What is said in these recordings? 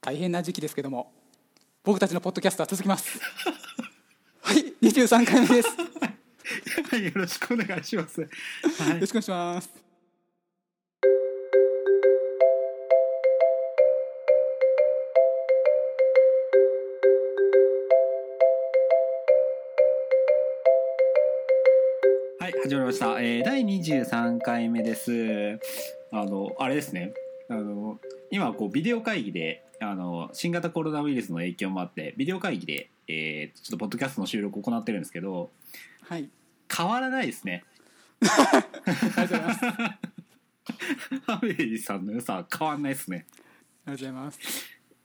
大変な時期ですけども僕たちのポッドキャストは続きますはい23回目ですよはい、よろしくお願いします。はいろしくお願いしますはい、始まりました。えー、第23回目です。あの、あれですね。あの、今、こう、ビデオ会議で、あの、新型コロナウイルスの影響もあって、ビデオ会議で、えー、ちょっと、ポッドキャストの収録を行ってるんですけど、はい変わらないですね。あ りがとうございますありハメリーさんの良さは変わんないですね。がとうございます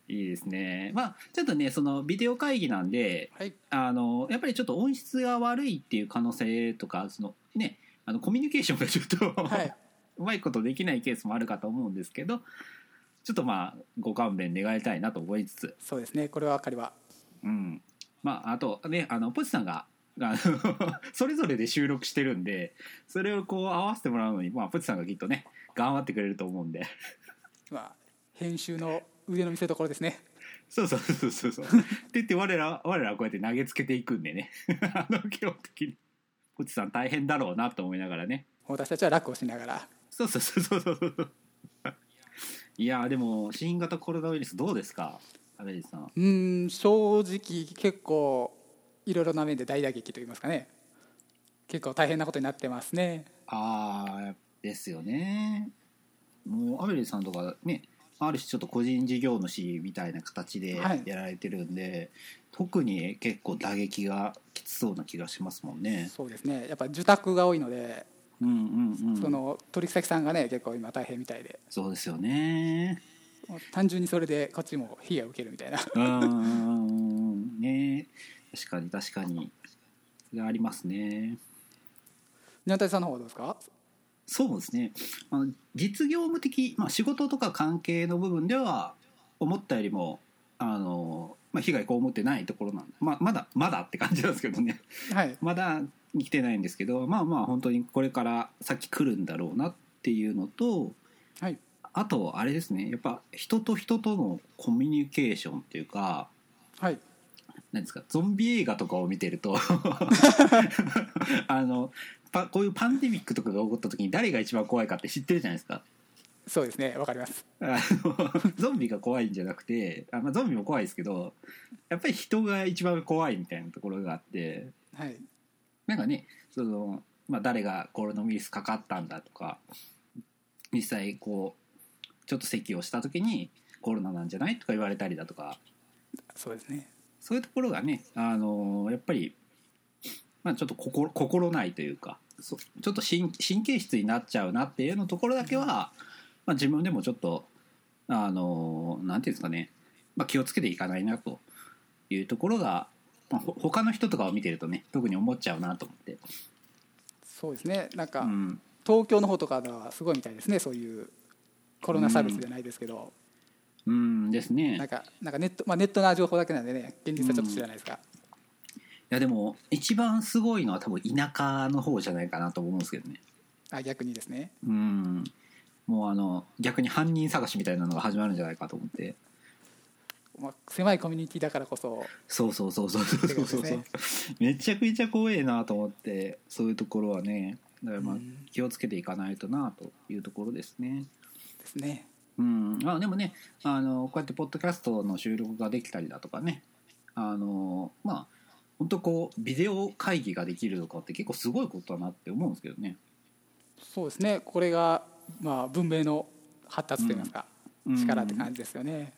いいですね。まあ、ちょっとね、その、ビデオ会議なんで、はいあの、やっぱりちょっと音質が悪いっていう可能性とか、その、ね、あの、コミュニケーションがちょっと、はいうまいことできないケースもあるかと思うんですけどちょっとまあご勘弁願いたいなと思いつつ、そうですねこれは分かりはうん、まああとねあのポチさんがあの それぞれで収録してるんでそれをこう合わせてもらうのに、まあ、ポチさんがきっとね頑張ってくれると思うんでまあ編集の腕の見せ所ですねそうそうそうそうそうって言って我ら我らはこうやって投げつけていくんでね あの基本的にポチさん大変だろうなと思いながらね私たちは楽をしながらそうそうそうそうそうそういやーでも新型コロナウイルスどうですかアベリさんうーん正直結構いろいろな面で大打撃といいますかね結構大変なことになってますねああですよねもうアベリさんとかねある種ちょっと個人事業主みたいな形ではいやられてるんで、特に結構打撃がきつそうな気がしますもんね。そうですねやっぱ受託が多いので、うんうんうん、その取引先さんがね結構今大変みたいでそうですよ ね。もう単純にそれでこっちも被害を受けるみたい なうんうんうんうんね確かに確かにそれありますね。ニャンタイさんの方はどうですかそうですねあの実業務的、まあ、仕事とか関係の部分では思ったよりもあの、まあ、被害被ってないところなんで、まあ、まだまだって感じなんですけどね はいまだ来てないんですけどまあまあ本当にこれから先来るんだろうなっていうのとはいあとあれですねやっぱ人と人とのコミュニケーションっていうかはいなんですかゾンビ映画とかを見てるとあのパこういうパンデミックとかが起こった時に誰が一番怖いかって知ってるじゃないですか。そうですねわかりますあのゾンビが怖いんじゃなくてあ、まあ、ゾンビも怖いですけどやっぱり人が一番怖いみたいなところがあってはいなんかねその、まあ、誰がコロナウイルスかかったんだとか実際こうちょっと咳をした時にコロナなんじゃないとか言われたりだとかそうですねそういうところがね、あのやっぱり、まあ、ちょっと心心ないというかそうちょっと神神経質になっちゃうなっていうのところだけは、まあ、自分でもちょっと、あのなんていうんですかね、まあ、気をつけていかないなというところが、まあ、ほ他の人とかを見てるとね特に思っちゃうなと思って、そうですねなんか、うん、東京の方とかではすごいみたいですねそういうコロナサービスじゃないですけど、うんですね。なんかなんかネット、まあ、ネットな情報だけなんでね現実はちょっと知らないですが、いやでも一番すごいのは多分田舎の方じゃないかなと思うんですけどね。あ逆にですねうんもうあの逆に犯人探しみたいなのが始まるんじゃないかと思ってまあ、狭いコミュニティだからこそそうそうそうそうそうそうそう、ってこめちゃくちゃ怖えなと思ってそういうところはねだからまあうん気をつけていかないとなというところですねですねうんあでもねあのこうやってポッドキャストの収録ができたりだとかねあのまあ本当こうビデオ会議ができるとかって結構すごいことだなって思うんですけどねそうですねこれが、まあ、文明の発達といいますか、うん力って感じですよね、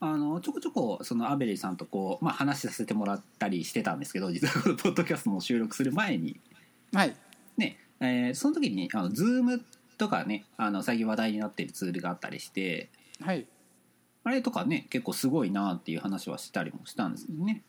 あのちょこちょこそのアベリーさんとこう、まあ、話させてもらったりしてたんですけど実はこのポッドキャストの収録する前に、はいねえーその時にあの Zoom とかねあの最近話題になってるツールがあったりしてはいあれとかね結構すごいなっていう話はしたりもしたんですよね。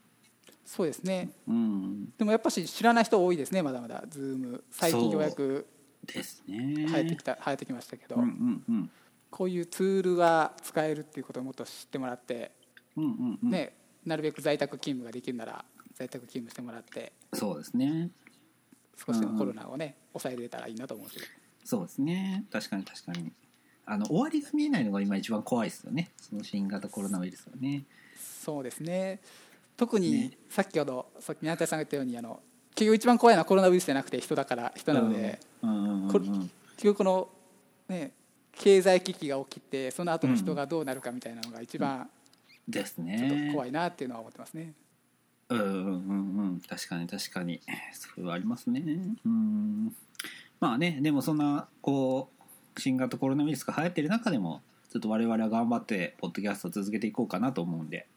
そうですねうん、でもやっぱし知らない人多いですねまだまだ Zoom 最近ようやくですね。生えてきた生えてきましたけど、うんうんうんこういうツールが使えるっていうことをもっと知ってもらって、うんうんうん、ねなるべく在宅勤務ができるなら在宅勤務してもらってそうですね少しでうんうもんコロナをね抑えれたらいいなと思うし、そうですね確かに確かにあの終わりが見えないのが今一番怖いですよねその新型コロナウイルスはねそうですね特にね先ほど、さっき宮田さんが言ったようにあの結局一番怖いのはコロナウイルスじゃなくて人だから人なので、うんうんうんこうれん結局この、ね、経済危機が起きてその後の人がどうなるかみたいなのが一番ですちょっねと怖いなっていうのは思ってますね。うんうんうんうん確かに確かにそれはありますねうんまあねでもそんなこう新型コロナウイルスが流行ってる中でもちょっと我々は頑張ってポッドキャストを続けていこうかなと思うんで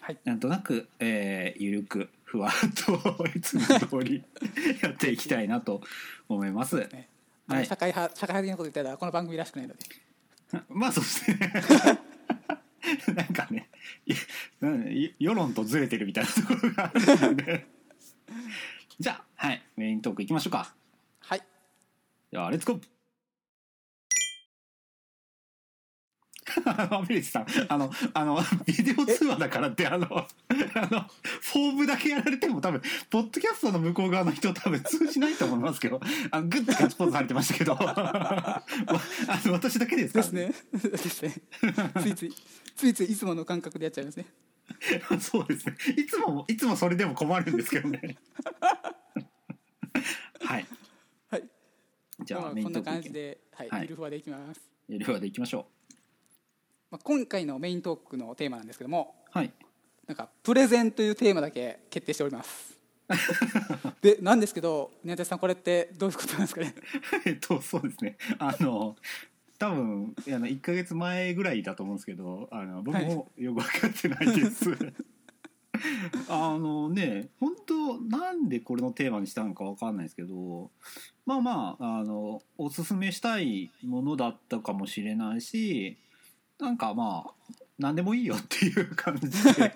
はい、なんとなく、えー、ゆるくふわっと いつも通りやっていきたいなと思いますねあはのい社会派社会派的なこと言ったらこの番組らしくないのでまあそうですね なんかねいなんい世論とずれてるみたいなところがあるので じゃあはいメイントークいきましょうかはいではレッツゴー あの、ミリさん、あの、あの、ビデオ通話だからって、あの、あの、フォームだけやられても多分、ポッドキャストの向こう側の人多分通じないと思いますけど、あの、グッてガッツポーズされてましたけど、 わあの、私だけですかでらすねですねついついついついいつもの感覚でやっちゃいますね そうですね。いつも、いつもそれでも困るんですけ どね。はい。はいじゃまあ、あメイこンんトなーク感いきじで、はいはいゆるふわでいきます、ゆるふわでいきましょまあ、今回のメイントークのテーマなんですけどもう。はい。なんかプレゼンというテーマだけ決定しております でなんですけど宮田さんこれってどういうことなんですかね えっとそうですねあの多分あの1か月前ぐらいだと思うんですけどあの僕もよく分かってな いです、あのね本当なんでこれのテーマにしたのか分かんないですけどまあまああのおすすめしたいものだったかもしれないしなんかまあ何でもいいよっていう感じで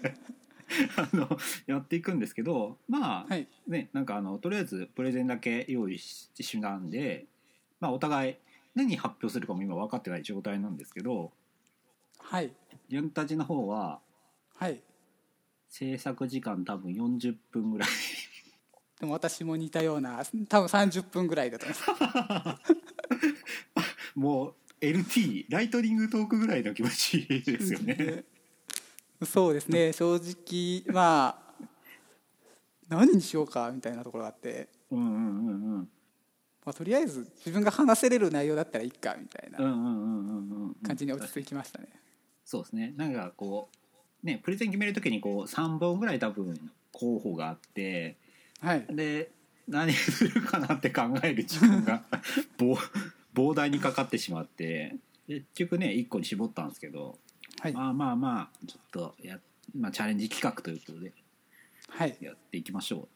あのやっていくんですけどまあ、はいね、なんかあのとりあえずプレゼンだけ用意ししなんで、まあ、お互い何発表するかも今分かってない状態なんですけどはいユンタジの方ははい制作時間多分40分ぐらい でも私も似たような多分30分ぐらいだと思いますもう LT ライトニングトークぐらいの気持ちですよね。 そうですね正直まあ何にしようかみたいなところがあって、うんうんうんうんまあ、とりあえず自分が話せれる内容だったらいいかみたいうんうなんうんうんうん感じに落ち着きましたね、そうですねなんかこうねプレゼン決めるときにこう3本ぐらい多分候補があってはいで何するかなって考える時 間が膨膨大にかかってしまって結局ね1個に絞ったんですけど、はいまあまあまあちょっとや、まあ、チャレンジ企画ということではいやっていきましょ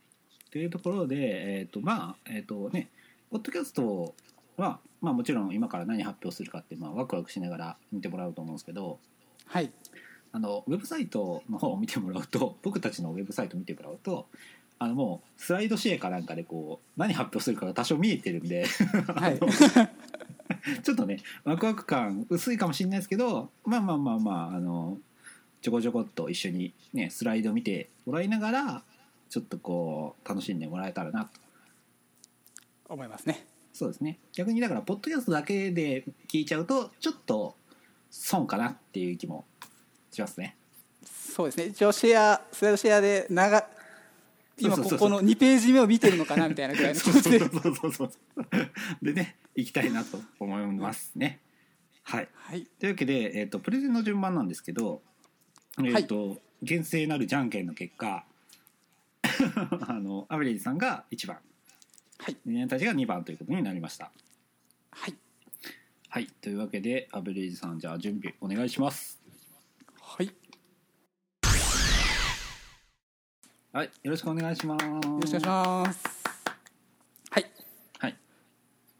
うというところで、えーとまあえっ、とねポッドキャストは、まあ、もちろん今から何発表するかって、まあ、ワクワクしながら見てもらうと思うんですけどはいあのウェブサイトの方を見てもらうと 僕たちのウェブサイト見てもらうとあのもうスライドシェアかなんかでこう何発表するかが多少見えてるんで はいちょっとねワクワク感薄いかもしれないですけどまあまあまあまああのちょこちょこっと一緒にねスライド見てもらいながらちょっとこう楽しんでもらえたらなと思いますねそうですね逆にだからポッドキャストだけで聞いちゃうとちょっと損かなっていう気もしますね。そうですね一応シェアスライドシェアで長今そうこそうそうこの2ページ目を見てるのかなみたいなぐらいの気 そう持ちそうでそうそうそうそう。でね、行きたいなと思いますね。はい。はいというわけで、えっ、と、プレゼンの順番なんですけど、えっ、と、厳正なるじゃんけんの結果、 あの、アベレージさんが1番、はいニナたちが2番ということになりました。はいはい。というわけで、アベレージさん、じゃあ準備お願いします。はいよはい。よろしくお願いします。よろしくお願いしますはいはい。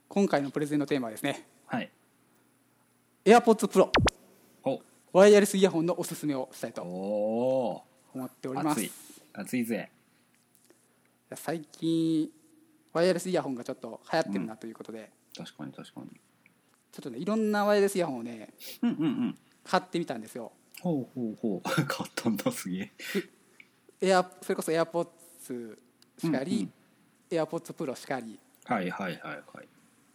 今回のプレゼンのテーマはですねはい。 AirPods Pro おワイヤレスイヤホンのおすすめをしたいとお思っておりーます熱い。熱いぜ。最近ワイヤレスイヤホンがちょっと流行ってるなということで、確かに確かに。ちょっとねいろんなワイヤレスイヤホンをねうんうんうん。買ってみたんですよほうほう ほう変わったんだすげえエアそれこそ AirPods しかうんうりん、 AirPods Pro しかりはいはいはいはい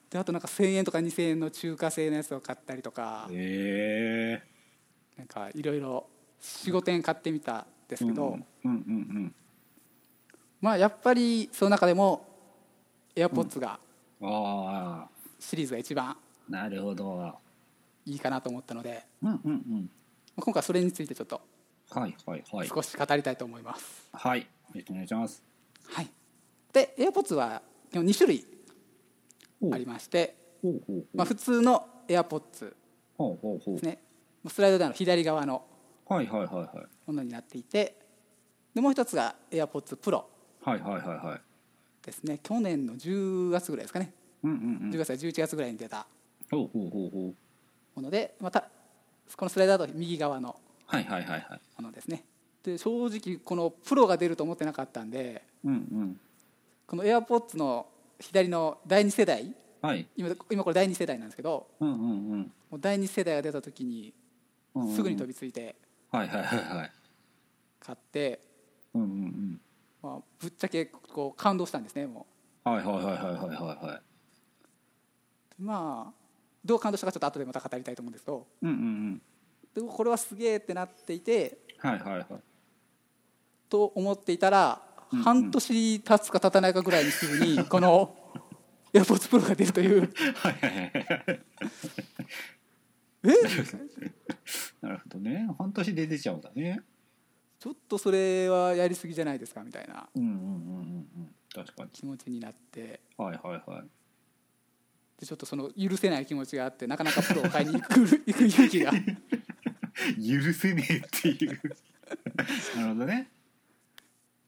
であとなんか1,000円とか2,000円の中華製のやつを買ったりとか、えなんかいろいろ45点買ってみたんですー、けど、うんうんうんまあやっぱりその中でも AirPods が、うんああシリーズが一番なるほどいいかなと思ったので、うんうんうんまあ今回はそれについてちょっとはいはいはい少し語りたいと思います。はいよろしくお願いしますはい、で AirPods は基本2種類ありまして、ほうほうまあ、普通の AirPods ほうほうほですうねスライドダウンの左側のはいはいはいはいものになっていてでもう一つが AirPods Pro はいはいはいはいですね去年の10月ぐらいですかねうんうんう10ん月から11月ぐらいに出たほうほうほうほうものでまたこのスライドダウンの右側のはいはいはいはいものですねで正直この Pro が出ると思ってなかったんでうんうんこの AirPods の左の第2世代はい今今これ第2世代なんですけどうんうんうんもう第2世代が出た時にうんうんすぐに飛びついてはいはいはいはい買って、うんうんうんまあ、ぶっちゃけこう感動したんですねもはいはいはいはいはいはいはいうまあどう感動したかちょっと後でまた語りたいと思うんですけどうんうんうんでこれはすげえってなっていてはいはいはいと思っていたら、うんうん半年経つか経たないかぐらいにすぐ にこの AirPods Pro が出るというはい はいはいはいえなるほどね半年で出ちゃうんだねちょっとそれはやりすぎじゃないですかみたいなうんうんうんうんうん確かに気持ちになってはいはいはいでちょっとその許せない気持ちがあってなかなか Pro を買いに行く行く勇気が許せねえっていうなるほどね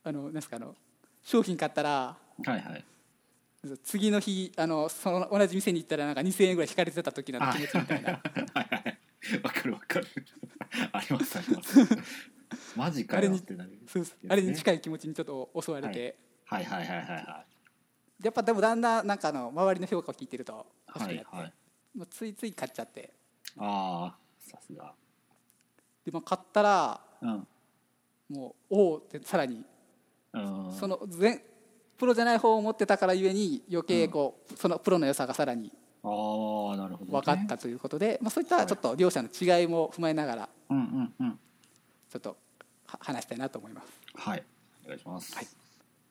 あのなんですかあの商品買ったらはいはい次の日あのその同じ店に行ったらなんか2000円ぐらい引かれてた時のあ気持ちみたいなはいはいはいわかるわかるありますありますマジかよってなるそうですねあれに近い気持ちにちょっと襲われて、はいはいはいはいはやっぱでもだんだんなんかあの周りの評価を聞いてると欲しくいなって、はいはいもうついつい買っちゃってああさすがで、まあ、買ったらうんもうおおってさらにうんその全プロじゃない方を持ってたからゆえに余計こう、そのプロの良さがさらにああなるほど、ね、分かったということで、まあ、そういったちょっと両者の違いも踏まえながらうんうんうんちょっとは話したいなと思います。はいお願いしますはい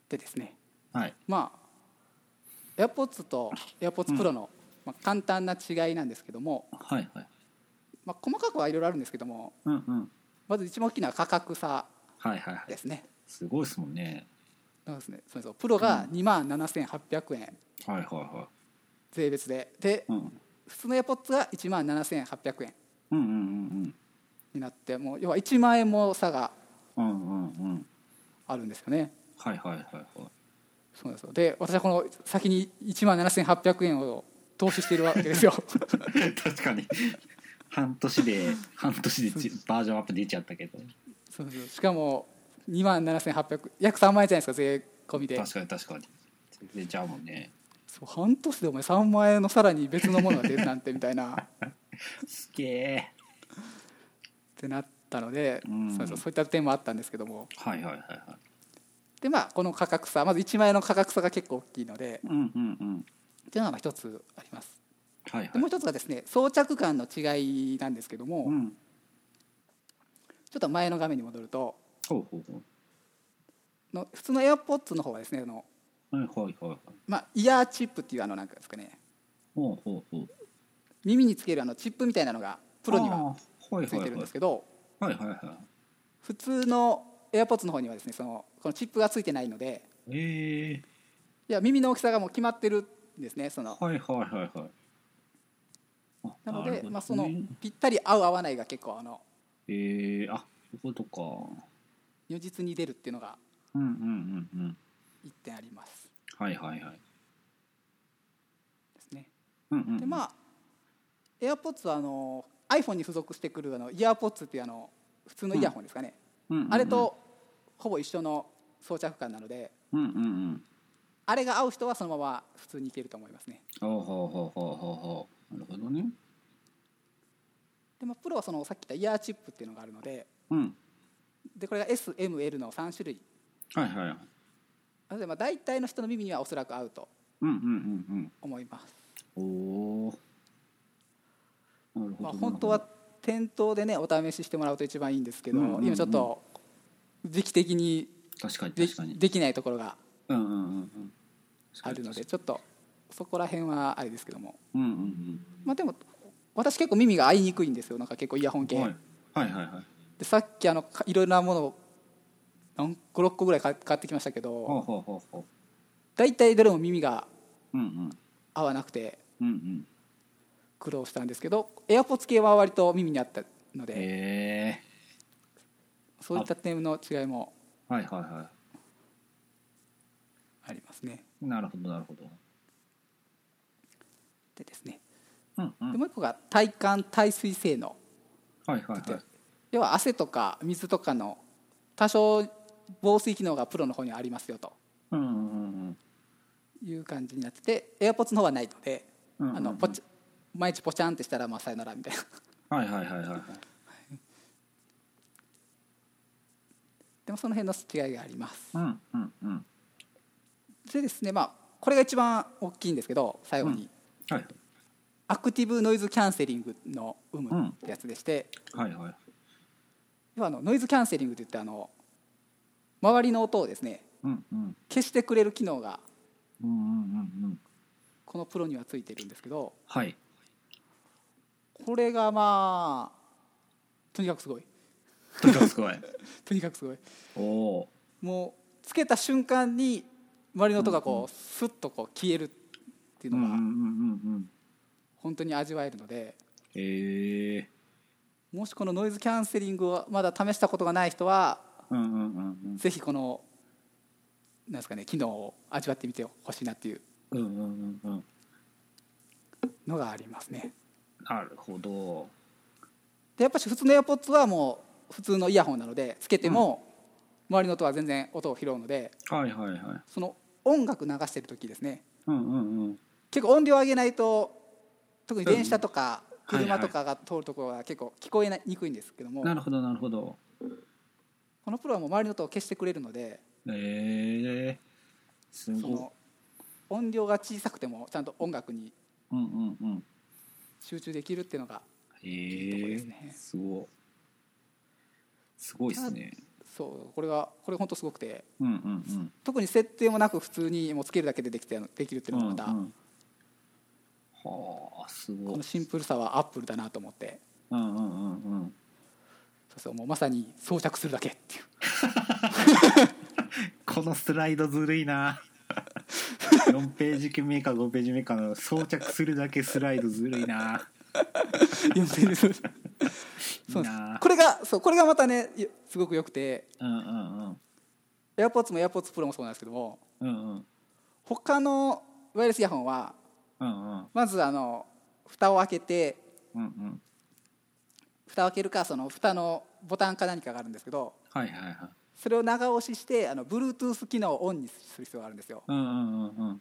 でですねはいまあ AirPods と AirPodsPro の、まあ、簡単な違いなんですけども、はいはいまあ、細かくはいろいろあるんですけどもうんうんまず一番大きな価格差はいはいはでいすね。すごいですもんねそうですね。そうそう。プロが2万7800円はいはいは税別で、でいうん普通の AirPods が1万7800円うんうんになって、もう要は1万円も差がうんうんうんうんうんあるんですよね。はいはいはいはいそうなんですよ。で、私はこの先に1万7800円を投資しているわけ ですよ。確かに半年で半年でちバージョンアップ出ちゃったけどそうなんですよしかも2万7800約3万円じゃないですか税込みで。確かに確かに全然ちゃうもんねそう半年でお前3万円のさらに別のものが出るなんてみたい な。すげえってなったので、うんそうそうそういった点もあったんですけどもはいはいはいはいでまあこの価格差まず1万円の価格差が結構大きいのでうんうんうんっていうのが一つありますはいはいでもう一つがですね装着感の違いなんですけども、うちょんっと前の画面に戻るとほうほうほの普通の AirPods の方はですねあの、うはいはいはいはいまあ、イヤーチップっていうあのなんかですかねほうほうほう耳につけるあのチップみたいなのがプロにはあーはいついはているんはいですけど、はいはいは普通の AirPods の方にはですねそのこのチップがついてないのでいええいや耳の大きさがもう決まってるんですねそのはいはいはいはいあなのるでほどねまあ、そのぴったり合う合わないが結構あのええあそういうことか如実に出るっていうのがうんうんうんうん一点ありますはいはいはいですね。うんうんでまあ AirPods はあの iPhone に付属してくるあの EarPods っていうあの普通のイヤホンですかね、うんうんうんあれとほぼ一緒の装着感なのでうんうんうんあれが合う人はそのまま普通にいけると思いますね。ほうほうほうほうほうほうなるほどねでまあプロはそのさっき言ったイヤーチップっていうのがあるのでうんでこれが SML の3種類はいはいはいなのでまあ大体の人の耳にはおそらく合うとうんうんうんうん思います。おおなるほど、まあ、本当は店頭でねお試ししてもらうと一番いいんですけど、うんうんうん今ちょっと時期的に確かにで確かにできないところがうんうんうんうんあるのでちょっとそこら辺はあれですけどもうんうんうんまあでも私結構耳が合いにくいんですよなんか結構イヤホン系、はいはいはいはいでさっきあのかいろいろなものを何56個ぐらい買買ってきましたけほうどほうほうほ大体どれも耳がううんうん合わなくてうんうん苦労したんですけど AirPods 系は割と耳に合ったのでへえそういった点の違いもはいはいはありますね。いなるほどなるほどでですねうんうんでもう一個が体感耐水性能はいはいはい要は汗とか水とかの多少防水機能がプロの方にはありますよとうんうんうんいう感じになってて AirPods の方はないので、うんうんうんあのポチ毎日ポチャンってしたらまあさよならみたいな はいはいはいはいはいでもその辺の違いがありますうんうんうんでですねまあこれが一番大きいんですけど最後に、うんはいアクティブノイズキャンセリングの有無ってやつでして、はいはい要はあのノイズキャンセリングっていってあの周りの音をですねうんうん消してくれる機能がうんうんうんうんこのプロにはついてるんですけどはいこれがまあとにかくすごいとにかくすごいとにかくすごいおおもうつけた瞬間に周りの音がこうスッとこう消えるっていううのんうんうんがうんうん本当に味わえるのでへえもしこのノイズキャンセリングをまだ試したことがない人はうんうんうんうんぜひこのなんですかね機能を味わってみてほしいなっていううんうんうんうんのがありますね。なるほどでやっぱし普通の AirPods はもう普通のイヤホンなのでつけても周りの音は全然音を拾うのではいはいはいその音楽流してる時ですねうんうんうん結構音量上げないと特に電車とかうん車とかが通るところは結構聞こえないにくいんですけどもなるほどなるほどこのプロはもう周りの音を消してくれるのでへえすそごの音量が小さくてもちゃんと音楽にいうんうんうん集中できるっていうのがとこへでえすねすごいすごいですねそうこれがこれ本当すごくてうんうんうん特に設定もなく普通にもうつけるだけでできてできるっていうのがまたうんうんはあすごこいのシンプルさはアップルだなと思ってうんうんうんうんそうそうもうまさに装着するだけっていうこのスライドずるいな4ページ目か5ページ目かの装着するだけスライドずるいないや全然 そうですいいなこれがそうこれがまたねいやすごく良くてうんうん AirPods も AirPods Pro もそうなんですけどもうんうんうん他のワイヤレスイヤホンはうんうんまずあの蓋を開けてうんうん蓋を開けるかその蓋のボタンか何かがあるんですけどはいはいはいそれを長押ししてあの Bluetooth 機能をオンにする必要があるんですようんうんうんうん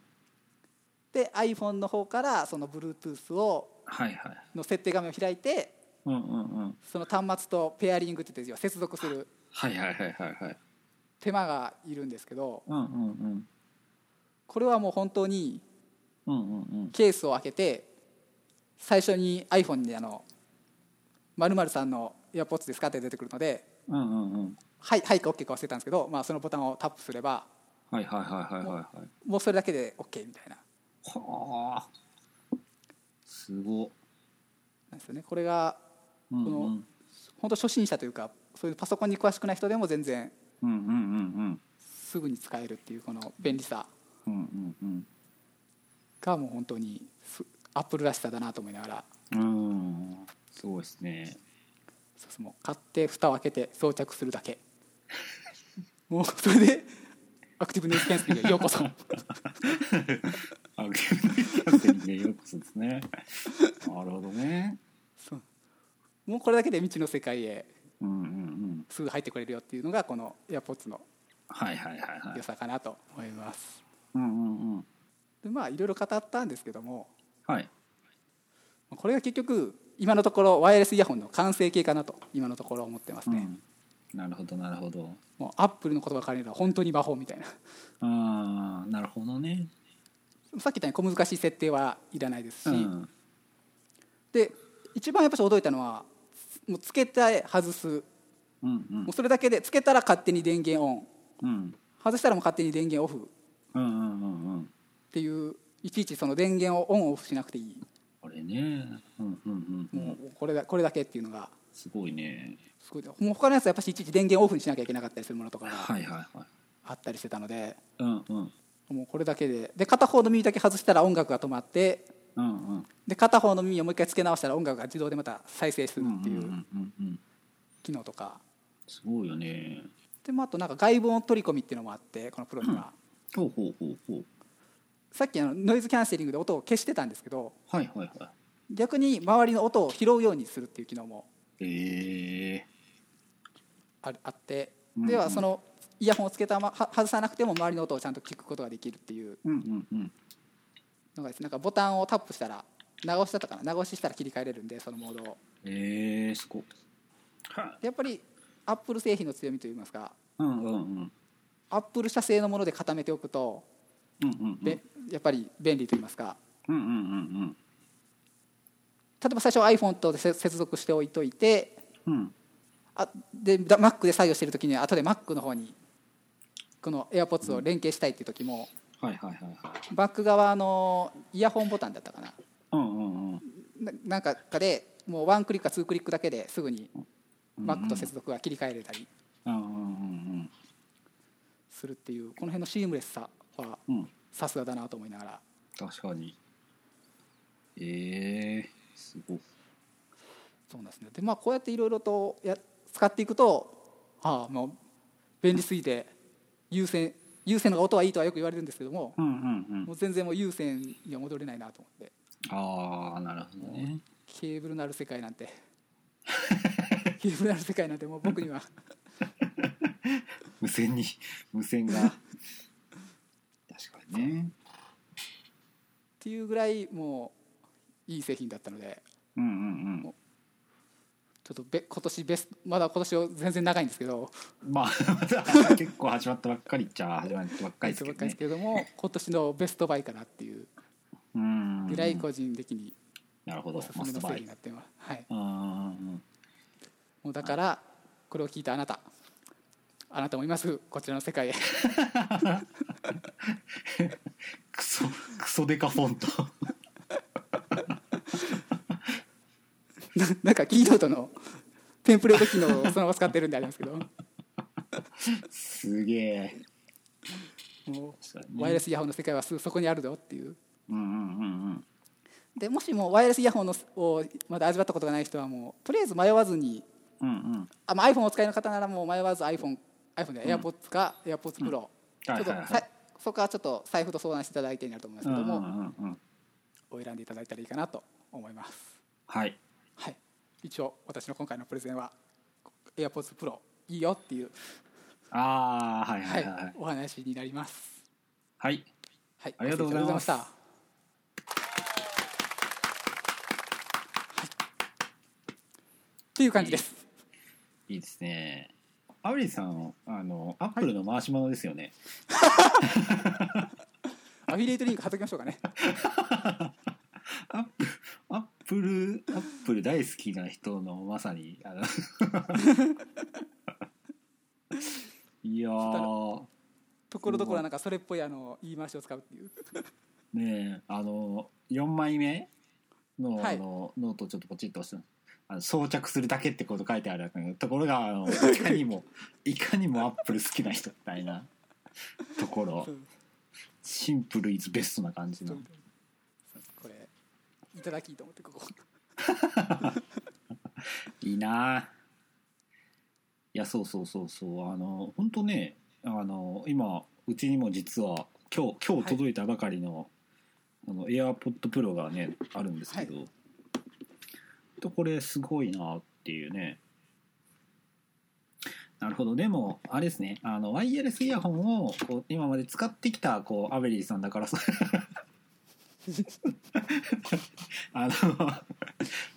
で iPhone の方からその Bluetooth をはいはいの設定画面を開いてうんうんうんその端末とペアリングって言って要は接続するはいはいはいはいはい手間がいるんですけどうんうんうんこれはもう本当にうんうんうんケースを開けて最初に iPhone にあの「まるさんの AirPods ですか?」って出てくるのでうんうんうん「はい」はいか OK か忘れたんですけど、まあ、そのボタンをタップすればはいはいはいはいはいはいもうそれだけで OK みたいなはあすごなんですよねこれがうんうこのん本当初心者というかそういうパソコンに詳しくない人でも全然うんうんうんすぐに使えるっていうこの便利さうんうんうんがもう本当にすアップルらしさだなと思いながらうんうんすごいですねそうそうもう買って蓋を開けて装着するだけ もうそれでアクティブネイズキャンセリングへようこそ あゲームキャンセリングへようこそですねなるほどねそうもうこれだけで未知の世界へうんうんうんすぐ入ってくれるよっていうのがこの AirPods のはいはいはいはい良さかなと思います、うんうんうんでまあいろいろ語ったんですけどもはいこれが結局今のところワイヤレスイヤホンの完成形かなと今のところ思ってますうね、んなるほどなるほどもうアップルの言葉から言えば本当に魔法みたいなああなるほどねさっき言ったように小難しい設定はいらないですし、うんで一番やっぱし驚いたのはもうつけて外すもうんうそれだけでつけたら勝手に電源オンうん外したらもう勝手に電源オフっうんうんうんうんていういちいちその電源をオンオフしなくていいあれねうんうんうんうもんうこれだこれだけっていうのがすごいねすごいもう他のやつはやっぱしいちいち電源オフにしなきゃいけなかったりするものとかがはいはいはいあったりしてたのでうんうんもうこれだけでで片方の耳だけ外したら音楽が止まってうんうんで片方の耳をもう一回つけ直したら音楽が自動でまた再生するっていんうんうんうん機能とかすごいよねでもあとなんか外部音取り込みっていうのもあってこのプロには。ほうほうほうほうさっきあのノイズキャンセリングで音を消してたんですけどはいはいは逆に周りの音を拾うようにするっていう機能もいええああってうんうんではそのイヤホンをつけたまは外さなくても周りの音をちゃんと聞くことができるっていううんうんうんのがですねなんかボタンをタップしたら長押しだったかな長押ししたら切り替えれるんでそのモードをええすごいはでやっぱりアップル製品の強みといいますかうんうんうんアップル社製のもので固めておくとうんうんうんでやっぱり便利といいますかうんうんうん例えば最初 iPhone と接接続しておいといてうんうんあでだ Mac で作業してる時には後で Mac の方にこの AirPods を連携したいっていう時も、はいはいはいはいバック側のイヤホンボタンだったかなうんうんうんななんかかでもうワンクリックかツークリックだけですぐにうん Mac と接続が切り替えれたりうんうんするっていうこの辺のシームレスさはうんうんさすがだなと思いながら確かにええすごいそうなんですねでまあこうやっていろいろとや使っていくとああもう便利すぎて優先優先の方が音はいいとはよく言われるんですけどもうんうんうんもう全然もう優先には戻れないなと思ってああなるほどねケーブルのある世界なん てケーブルのある世界なんてもう僕には無線に 無線が確かにっねていうぐらいもういい製品だったのでうんうんうんちょっとべ今年ベストまだ今年は全然長いんですけどまあまだ結構始まったばっかりっちゃ始まったばっかりですベストばけどっかりねですけれども今年のベストバイかなっていううんぐらい個人的になるほどおすすマめスのト製バ品イになってます、はい、うんうんもうだからこれを聞いたあなたあなたもいますこちらの世界へ ク ソクソデカフォントななんかキーノートのテンプレート機能をそのまま使ってるんでありますけど もすげえう確かにねワイヤレスイヤホンの世界はすぐそこにあるぞっていううんうんうんうんでもしもワイヤレスイヤホンのをまだ味わったことがない人はもうとりあえず迷わずにうんうんあ、まあ、iPhone をお使いの方ならもう迷わず iPhone, iPhone で AirPods か AirPods Pro、ちょはいっとはいはさいそこはちょっと財布と相談していただいてになると思いますうんけうどんうも、んうんお選んでいただいたらいいかなと思います、はいはい、一応私の今回のプレゼンは AirPods Pro いいよっていう、ああはいははいいはいお話になります、はいはい、ありがとうございますご清聴ありがとうございましたっていう感じです、いいですねアブリさんあのアップルの回し物ですよねアフィリエイトリンク貼っときましょうか ねアップアップルアップル大好きな人のまさに あのいやーところどころなんかそれっぽいあの言い回しを使うっていうねえあの4枚目の,、はいあのノートをちょっとポチッと押したあの装着するだけってこと書いてあるところが あのいかにもいかにもアップル好きな人みたいなところそうシンプルイズベストな感じのこれいただきと思って ここ いいなあいやそうそうそうそうあの本当ねあの今うちにも実は今日今日届いたばかりの,、あの AirPod Pro がねあるんですけど、とこれすごいなっていうねなるほどでもあれですねあのワイヤレスイヤホンをこう今まで使ってきたこうアベリーさんだからそあの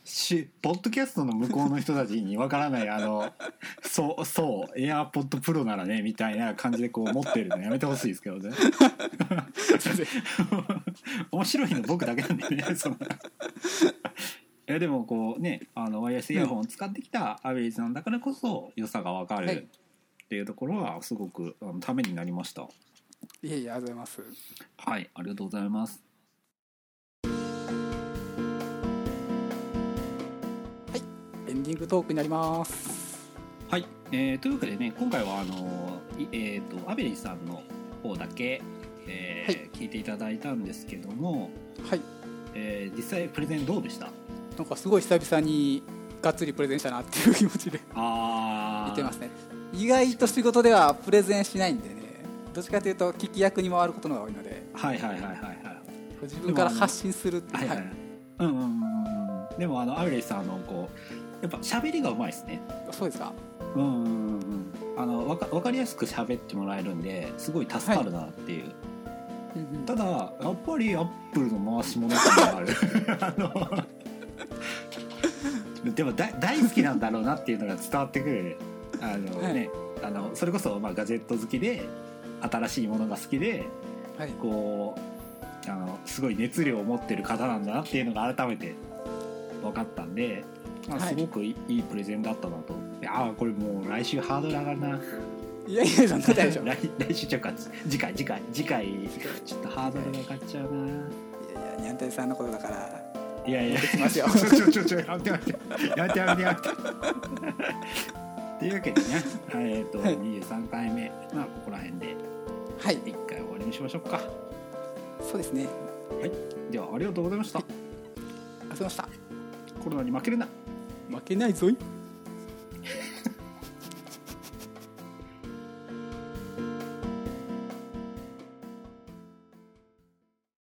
しポッドキャストの向こうの人たちにわからないあ のそうそうエアーポッドプロならねみたいな感じでこう持ってるのやめてほしいですけどね 面白いの僕だけなん でねそのいやでもこうねあのワイヤレスイヤホンを使ってきたアベリーさんだからこそ良さがわかはるいっていうところはすごくあのためになりましたいえいえありがとうございますはいありがとうございますエンディングトークになりますはい、えーというわけでね今回はあのいえー、とアベリーさんの方だけ、えーは聞いていただいたんですけども、はいえー実際プレゼンどうでしたなんかすごい久々にがっつりプレゼンしたなっていう気持ちであ言ってますね意外と仕事ではプレゼンしないんでねどっちかというと聞き役に回ることの方が多いのではいはいはいはいはい自分から発信するってはいいうははいいうんうんうんうんでもあのアベリーさんあのこうやっぱ喋りがうまいですねそうですかうんうんうんあのわかわかりやすく喋ってもらえるんですごい助かるなっていう、ただやっぱりアップルの回し物感があるあのでもだ大好きなんだろうなっていうのが伝わってくるあの、ねあのそれこそ、まあ、ガジェット好きで新しいものが好きではいこうあのすごい熱量を持ってる方なんだなっていうのが改めて分かったんで、まあ、はいすごくいい,、い、いプレゼンだったなとでああこれもう来週ハードル上がるないやい やそんなことないでしょいや来来週ちゃうか次回次回次回ちょっとハードル上がっちゃうないやにゃんたいさんのことだからいやいやきますよ ちょちょちょちょやめてやめてやめてやめてやめてというわけでねえっ、と、はい23回目まあここら辺ではい一回終わりにしましょうかそうですねではありがとうございましたありがとうございましたコロナに負けるな負けないぞい